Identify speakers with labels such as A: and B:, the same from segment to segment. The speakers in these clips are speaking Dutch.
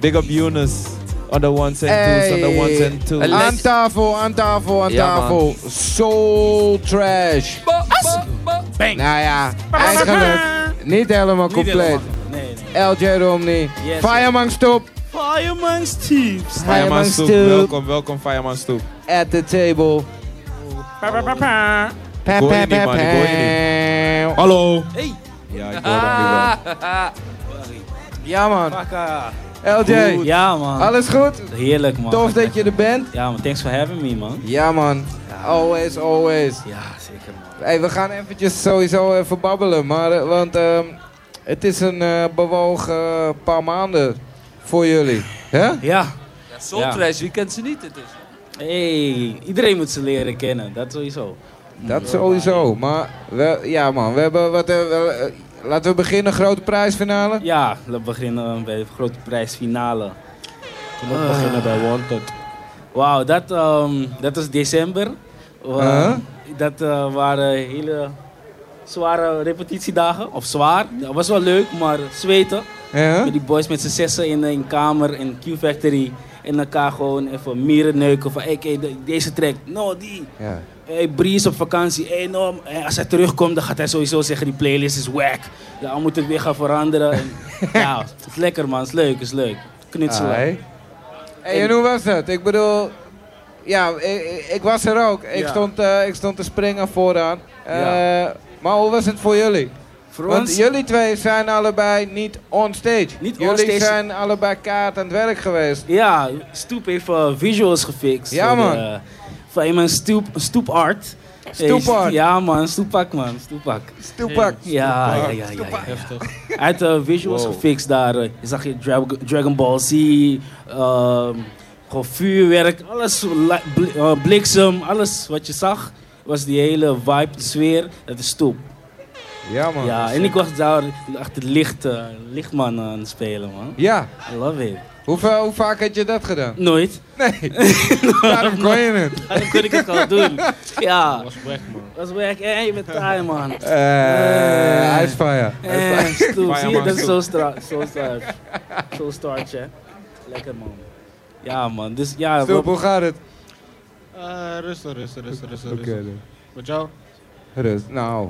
A: Big up Yunus. On the ones and twos, on the ones and twos.
B: Hey.
C: Aan tafel, aan tafel, aan
B: Ja, man.
C: tafel. Soul Trash. Nou ja, eigenlijk niet helemaal compleet.
D: Nee, nee.
C: LJ Romney.
D: Yes.
C: Fireman Stop.
D: Fireman Steve's.
A: Fireman
C: Fireman
A: Stoep.
C: Stoop.
A: Welkom, welkom Fireman Stoep.
C: At the table. Pa,
A: Gooi
C: pa,
A: je niet,
C: pa,
A: man, die
C: pa.
A: gooi
B: Hallo.
D: Hey,
A: Ja, ik hoor hem, ik hoor hem.
B: Ah,
C: Ja man.
D: pakka.
C: LJ.
D: Ja, man.
C: Alles goed?
D: Heerlijk, man.
C: Tof dat je er bent.
D: Ja, man. Thanks for having me, man.
C: Ja man. Always, always.
D: Ja, zeker, man.
C: Hey, we gaan eventjes sowieso even babbelen, maar, eh, want ehm, het is een eh, bewogen eh, paar maanden voor jullie. hè?
D: Ja.
B: ja, Soul Trash, wie kent ze niet? Het is.
D: Hey, iedereen moet ze leren kennen. Dat sowieso.
C: Dat sowieso, maar we, ja man, we hebben wat... eh, wel, eh, laten we beginnen, grote prijsfinale.
D: Ja, we beginnen bij de grote prijsfinale. We
C: Ah.
D: beginnen bij Wanted. Wauw, dat, ehm, dat is december. Wa-
C: Huh?
D: Dat eh, waren hele zware repetitiedagen. Of zwaar. Dat was wel leuk, maar zweten.
C: Ja?
D: Met die boys met z'n zessen in een kamer in Q-Factory. En elkaar gewoon even mieren neuken. Van, hey, kijk, de- deze track. No, die.
C: Ja.
D: Hey, Bree is op vakantie. Hey, no, eh, als hij terugkomt, dan gaat hij sowieso zeggen: die playlist is whack. Ja, we moeten het weer gaan veranderen. En, ja, het is lekker man, het is leuk, het is leuk. Knutselen.
C: Hey. Hey, Ah, en hoe was dat? Ik bedoel, ja, ik, ik- ik was er ook. Ik,
D: Ja.
C: stond, eh, ik stond te springen vooraan. Eh,
D: Ja.
C: Maar hoe was het voor jullie?
D: Voor
C: Want
D: ons,
C: jullie twee zijn allebei niet onstage.
D: Niet
C: jullie
D: onstage.
C: zijn allebei kaart aan het werk geweest.
D: ja, Stoep heeft eh, visuals gefixt.
C: Ja,
D: voor de,
C: man.
D: eh, Van iemand Stoep, Stoep Art. Hey,
C: Stoep Art.
D: ja, man, Stoepak, man, Stoepak.
C: Stupak.
D: Ja, ja, ja, ja. ja, ja. Hij had eh, visuals gefixt daar. eh, Je zag je Dra- Dragon Ball Z, ehm, gewoon vuurwerk, alles, la- bl- eh, bliksem, alles wat je zag, was die hele vibe, de sfeer, het is stoep.
C: Ja, man.
D: ja, en ik was daar achter het licht, eh, lichtman aan het spelen, man.
C: Ja.
D: I love it.
C: Hoeveel, hoe vaak had je dat gedaan?
D: Nooit.
C: Nee. Daarom kon je het.
D: Dan kon ik het al doen. Ja,
B: was weg, man.
D: dat is werk. Hé, je bent taai, man.
C: Eh, ijsfire.
D: Eh, stoep, zie je,
A: Fireman
D: dat is
A: stoep.
D: zo start. Zo start. Zo start, hè. Lekker, man. Ja, man. Dus ja,
C: Stoep,
D: we-
C: hoe gaat het?
B: Eh, rustig, rustig, rustig, rustig.
C: Oké,
B: rustig.
C: dan.
B: Met jou?
C: Rust. Nou,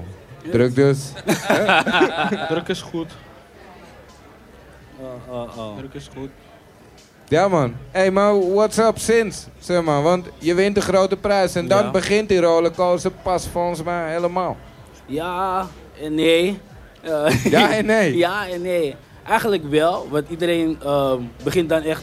C: druk dus.
B: Druk is goed.
D: Oh, oh, oh.
B: Druk is goed.
C: Ja, man. Hé, hey, maar what's up sinds? Zeg maar, want je wint de grote prijs en dan
D: Ja.
C: begint die rollercoaster pas volgens mij helemaal.
D: Ja en nee. Eh,
C: Ja en nee.
D: ja en nee. Eigenlijk wel, want iedereen eh, begint dan echt...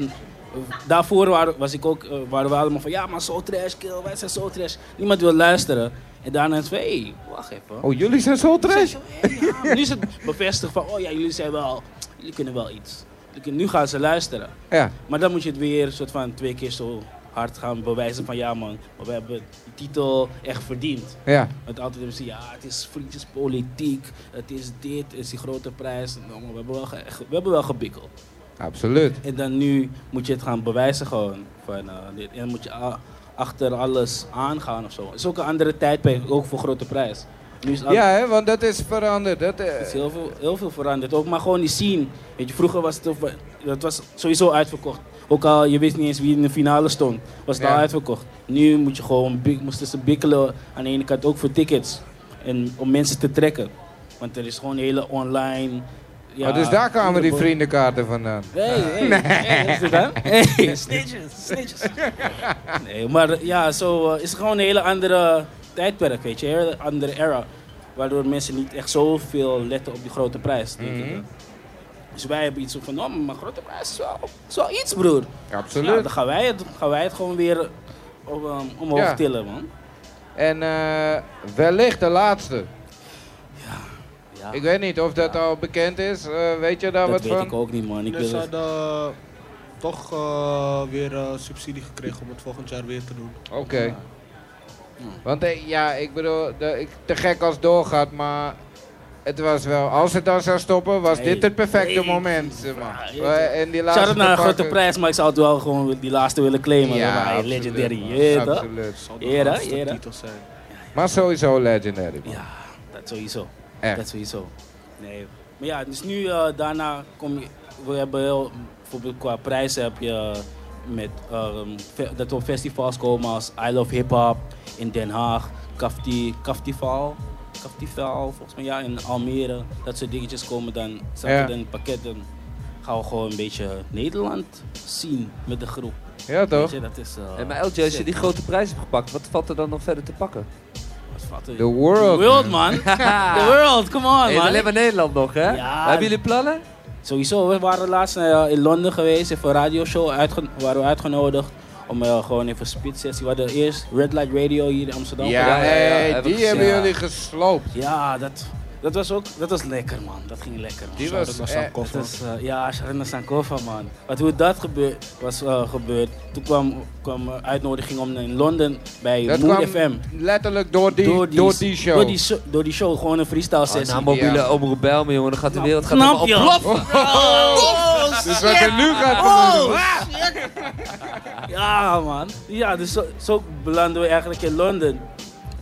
D: Daarvoor waren, was ik ook, eh, waren we allemaal van... Ja, maar zo trash, kill, wij zijn zo trash. Niemand wil luisteren. En daarna is van... Hé, hey, wacht even.
C: Oh, jullie zijn zo trash?
D: Ja, nu is het bevestigd van... Oh ja, jullie zijn wel... Jullie kunnen wel iets. Jullie kunnen- Nu gaan ze luisteren.
C: Ja.
D: Maar dan moet je het weer soort van twee keer zo hard gaan bewijzen van... Ja man, maar we hebben die titel echt verdiend.
C: Ja.
D: Het altijd hebben ze, ja, het is vriendjespolitiek, het is dit, het is die grote prijs. Nou, maar we, hebben wel ge- we hebben wel gebikkeld.
C: Absoluut.
D: En dan nu moet je het gaan bewijzen gewoon. Van, eh, dit. En dan moet je a- achter alles aangaan of zo. Het is ook een andere tijdperk, ook voor grote prijs. Nu is al-
C: Ja, hè, want dat is veranderd. Dat, eh,
D: er is heel veel, heel veel veranderd. Ook maar gewoon die scene. Weet je, vroeger was het, over- dat was sowieso uitverkocht. Ook al je wist niet eens wie in de finale stond, was het
C: Ja.
D: al uitverkocht. Nu moet je gewoon, bik- moesten ze bikkelen aan de ene kant ook voor tickets. En om mensen te trekken. Want er is gewoon hele online... Ja,
C: oh, dus daar kwamen die
D: onderbo-
C: vriendenkaarten vandaan.
D: Hey, hey, hey, is dit dan? Hey, snitches, snitches. Nee, maar eh, ja, zo eh, is het gewoon een hele andere tijdperk, weet je. Een hele andere era. Waardoor mensen niet echt zoveel letten op die grote prijs, denk ik.
C: Mhm.
D: Dus wij hebben iets zo van, oh, maar grote prijs is wel, is wel iets, broer. Nou,
C: Absoluut.
D: dan gaan wij, het, gaan wij het gewoon weer eh, op, eh, omhoog
C: Ja.
D: tillen, man.
C: En eh, wellicht de laatste.
D: Ja,
C: Ik weet niet of dat al bekend is. Eh, weet je daar
D: dat
C: wat
D: weet
C: van?
D: ik ook niet, man. Ik
B: dus
D: wil
B: ze
D: het-
B: hadden toch eh, weer eh, subsidie gekregen om het volgend jaar weer te doen.
C: Oké. Want eh, ja, ik bedoel, de- ik, te gek als het doorgaat, maar het was wel. Als het dan zou stoppen, was
D: Hey.
C: dit het perfecte
D: Hey.
C: moment. Zeg maar.
D: Ja,
C: Eh, en die laatste.
D: Shout-out naar een
C: te
D: grote
C: pakken.
D: prijs, maar ik zou het wel gewoon die laatste willen claimen.
C: Ja,
D: Ja,
C: absoluut,
D: legendary,
C: man.
D: je weet toch?
C: Absoluut.
B: Het zal de
D: Era,
B: laatste
D: era.
B: titel zijn.
C: Maar sowieso legendary. man.
D: Ja, dat sowieso.
C: Echt.
D: Dat sowieso. Nee. Maar Maar ja, dus nu eh, daarna kom je. We hebben heel. Bijvoorbeeld qua prijzen heb je. eh, Met, ehm, fe- dat we op festivals komen als I Love Hip Hop in Den Haag, Kafti, Kaftival, Kaftival volgens mij ja, in Almere. Dat soort dingetjes komen dan, zaten
C: Ja.
D: dan in pakketten. Gaan we gewoon een beetje Nederland zien met de groep.
C: Ja,
D: Weet
C: toch?
D: je, dat is. eh,
E: Hey, maar LG, als je
D: sick.
E: die grote prijs hebt gepakt, wat valt er dan nog verder te pakken?
D: Wat valt er-
C: The world.
D: The world, man. The world, come on,
E: Hey, alleen
D: man.
E: maar Nederland nog, hè?
D: Ja. Oh,
E: Hebben jullie plannen?
D: Sowieso, we waren laatst eh, in Londen geweest, even een radioshow, uitge- waren we uitgenodigd om eh, gewoon even een spitsessie. We hadden eerst Red Light Radio hier in Amsterdam.
C: Ja,
E: Ja, ja, ja,
C: hey,
E: heb ik
C: die
E: gezien.
C: hebben
D: Ja.
C: jullie gesloopt.
D: Ja, dat, dat was ook, dat was lekker man, dat ging lekker. Man.
C: Die was
B: Shout-out naar
C: eh,
B: Sankov,
D: Dat is, eh, ja, Sharina Sankova man. Wat hoe dat gebeur, was eh, gebeurd, toen kwam, kwam een uitnodiging om in Londen bij
C: dat
D: Mood
C: kwam
D: FM.
C: letterlijk door die, door die, show.
D: Door die, so- door die show, gewoon een freestyle
E: Oh,
D: sessie.
E: nou, mobiele
C: Ja.
E: omroep bel me, jongen. Dan gaat de
D: Nou,
E: wereld gaat
D: knap,
E: helemaal
D: joh.
E: ontploffen.
C: dus wat er nu gaat gebeuren.
D: Ja, man. Ja, dus zo, zo belanden we eigenlijk in Londen.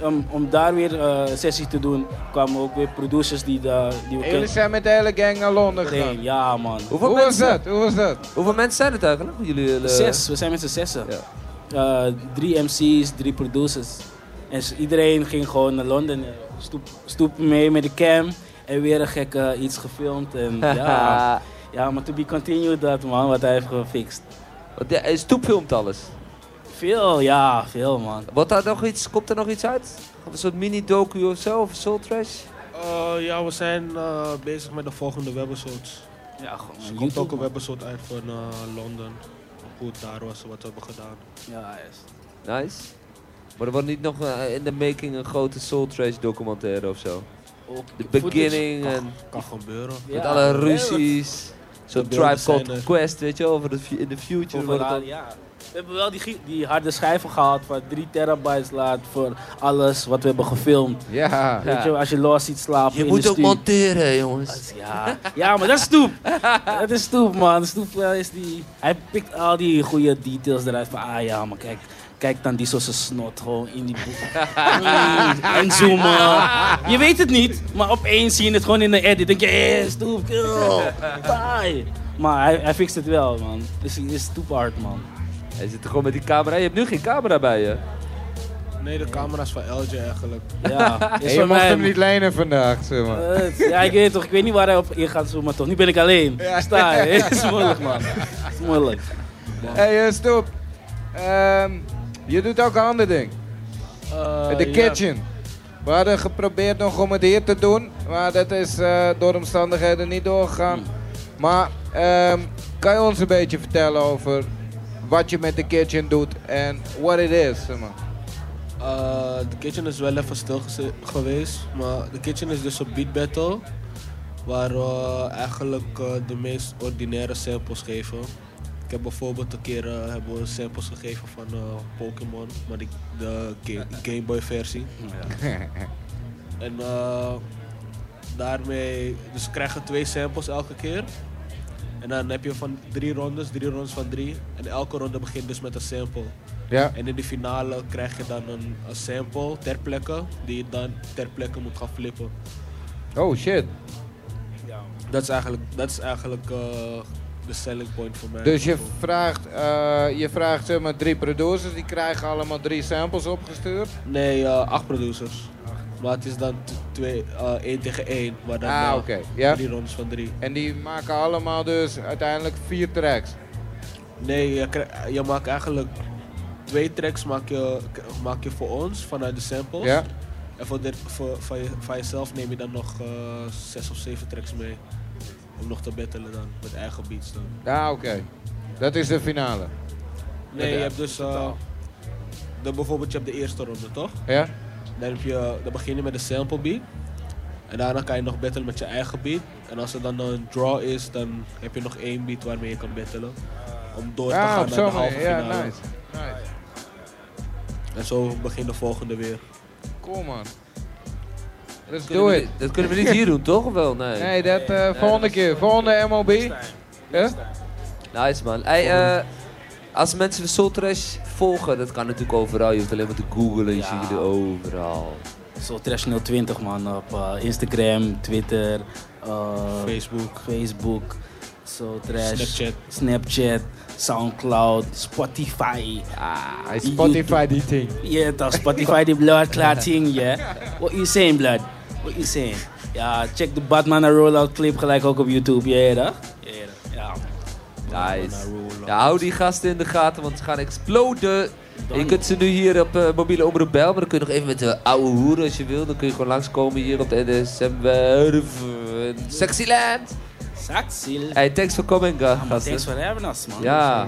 D: Om, om daar weer eh, een sessie te doen, kwamen ook weer producers die, daar die we
C: En Jullie
D: kennen.
C: zijn met de hele gang naar Londen
D: Nee,
C: gegaan.
D: ja, man.
E: Hoeveel,
C: Hoe was
E: mensen,
C: dat? Hoe was dat?
E: hoeveel mensen zijn het eigenlijk? Jullie, eh,
D: Zes, we zijn met z'n zessen.
E: Ja.
D: Eh, drie MC's, drie producers. En s- iedereen ging gewoon naar Londen. eh, Stoep, stoep mee met de cam. En weer een gekke iets gefilmd. En ja, ja, maar to be continued dat man, wat hij heeft gefixt.
E: Want ja, eh, Stoep filmt alles.
D: Veel, ja, veel man.
E: Wat daar nog iets, komt er nog iets uit? Of een soort mini-docu of zo? Of Soul Trash?
B: Eh, ja, we zijn eh, bezig met de volgende webisodes. Dus
D: Ja, gewoon
B: Er komt
D: Ah, YouTube,
B: ook een
D: man.
B: webisode uit van eh, Londen. Hoe het daar was, wat we hebben gedaan.
D: Ja, yes.
E: Nice. Maar er wordt niet nog eh, in de making een grote Soul Trash documentaire of zo?
D: Ook
E: De
D: footage.
E: beginning en
B: Kan gebeuren.
D: Ja.
E: met alle
D: Ja,
E: ruzies. Zo'n
B: De beelden
E: Tribe Called
B: zijn er.
E: Quest, weet je wel, over de fu- in de
D: wat-
E: future. wordt het
D: overal,
E: dan-
D: ja. We hebben wel die, gi- die harde schijven gehaald van 3 terabyte laat voor alles wat we hebben gefilmd.
C: Ja.
E: Ja.
D: Weet je, als je los ziet slapen
E: Je
D: in
E: moet
D: de
E: ook
D: studio.
E: monteren, jongens.
D: Ja. ja, maar dat is Stoep. Dat is Stoep, man. Stoep eh, is die... Hij pikt al die goede details eruit van... Ah ja, maar kijk. Kijk dan die zo'n snot gewoon in die boek. Mm, en zoomen. Je weet het niet, maar opeens zie je het gewoon in de edit. denk je, eh, Stoep, kill. Bye. Maar hij, hij fixt het wel, man. Dus hij is Stoep hard, man.
E: Hij zit er gewoon met die camera. Je hebt nu geen camera bij je.
B: Nee, de camera's van LJ eigenlijk.
D: Ja, is
C: Hey, je
D: van
C: mocht
D: mij,
C: hem
D: man.
C: niet lenen vandaag, zeg maar.
D: Eh, ja, ik weet toch, ik weet niet waar hij op in gaat zoomen toch. Nu ben ik alleen. Sta je. Het is moeilijk, man. Het is moeilijk.
C: Hey, eh, Stoep. Ehm, je doet ook een ander ding.
B: Eh,
C: De
B: ja.
C: kitchen. We hadden geprobeerd nog om het hier te doen, maar dat is eh, door omstandigheden niet doorgegaan. Maar ehm, kan je ons een beetje vertellen over wat je met de kitchen doet en what it is? zeg maar?
B: Eh, de kitchen is wel even stil geze- geweest, maar de kitchen is dus een beat battle. Waar we eigenlijk eh, de meest ordinaire samples geven. Ik heb bijvoorbeeld een keer eh, hebben we samples gegeven van eh, Pokémon, maar die, de ga- Game Boy versie. En eh, daarmee, dus we krijgen twee samples elke keer. En dan heb je van drie rondes, drie rondes van drie. En elke ronde begint dus met een sample.
C: Ja.
B: En in de finale krijg je dan een, een sample ter plekke, die je dan ter plekke moet gaan flippen.
C: Oh shit.
B: Dat is eigenlijk, dat is eigenlijk eh, de selling point voor mij.
C: Dus je vraagt, eh, je vraagt zeg maar, drie producers, die krijgen allemaal drie samples opgestuurd.
B: Nee, eh, acht producers. Maar het is dan t- twee, eh, één tegen één. Maar dan
C: Ah,
B: eh,
C: oké. Ja.
B: drie rondes van drie.
C: En die maken allemaal dus uiteindelijk vier tracks.
B: Nee, je, krij- je maakt eigenlijk twee tracks maak je, k- maak je voor ons vanuit de samples.
C: Ja?
B: En voor dit, voor, van, je, van jezelf neem je dan nog eh, zes of zeven tracks mee. Om nog te battelen dan, met eigen beats dan.
C: Ah, oké. Dat is de finale.
B: Nee,
C: Ja,
B: je hebt dus. eh, dan bijvoorbeeld, je hebt de eerste ronde, toch?
C: Ja?
B: Dan, heb je, dan begin je met een sample beat. En daarna kan je nog battelen met je eigen beat. En als er dan een draw is, dan heb je nog één beat waarmee je kan battelen. Om door te
C: Ah,
B: gaan
C: op
B: naar de
C: zo'n
B: halve
C: manier.
B: finale.
C: Ja, nice. nice.
B: En zo begint de volgende weer.
C: Cool man. Let's
E: Kunnen
C: do
E: we
C: it.
E: niet- Dat kunnen we niet hier doen, toch? Of wel? Nee.
C: Nee, dat eh, volgende keer. Volgende MOB. Ja?
E: Nice, man. Hey, eh, als mensen de Soul Trash volgen, dat kan natuurlijk overal. Je hoeft alleen maar te googlen, je
D: Ja.
E: ziet jullie overal.
D: Soul Trash 020 man, op eh, Instagram, Twitter, eh,
B: Facebook,
D: Facebook, Soul Trash,
B: Snapchat.
D: Snapchat, Soundcloud, Spotify.
E: Ah,
A: I Spotify die thing.
D: Yeah, toch, Spotify die blood clotting, yeah. What you saying, blood? What you saying? Ja, check de Batman en Rollout clip gelijk ook op YouTube, ja, yeah, toch? Ja, toch? ja.
E: Nice. Ja, hou die gasten in de gaten, want ze gaan exploden. En je kunt ze nu hier op eh, mobiele omroep bel, maar dan kun je nog even met de oude hoeren als je wil. Dan kun je gewoon langskomen hier op de NSM-werf. Sexyland!
D: Saxiel.
E: Hey, thanks for coming, eh,
D: Thanks eh.
E: gasten.
D: for having us, man.
E: Ja,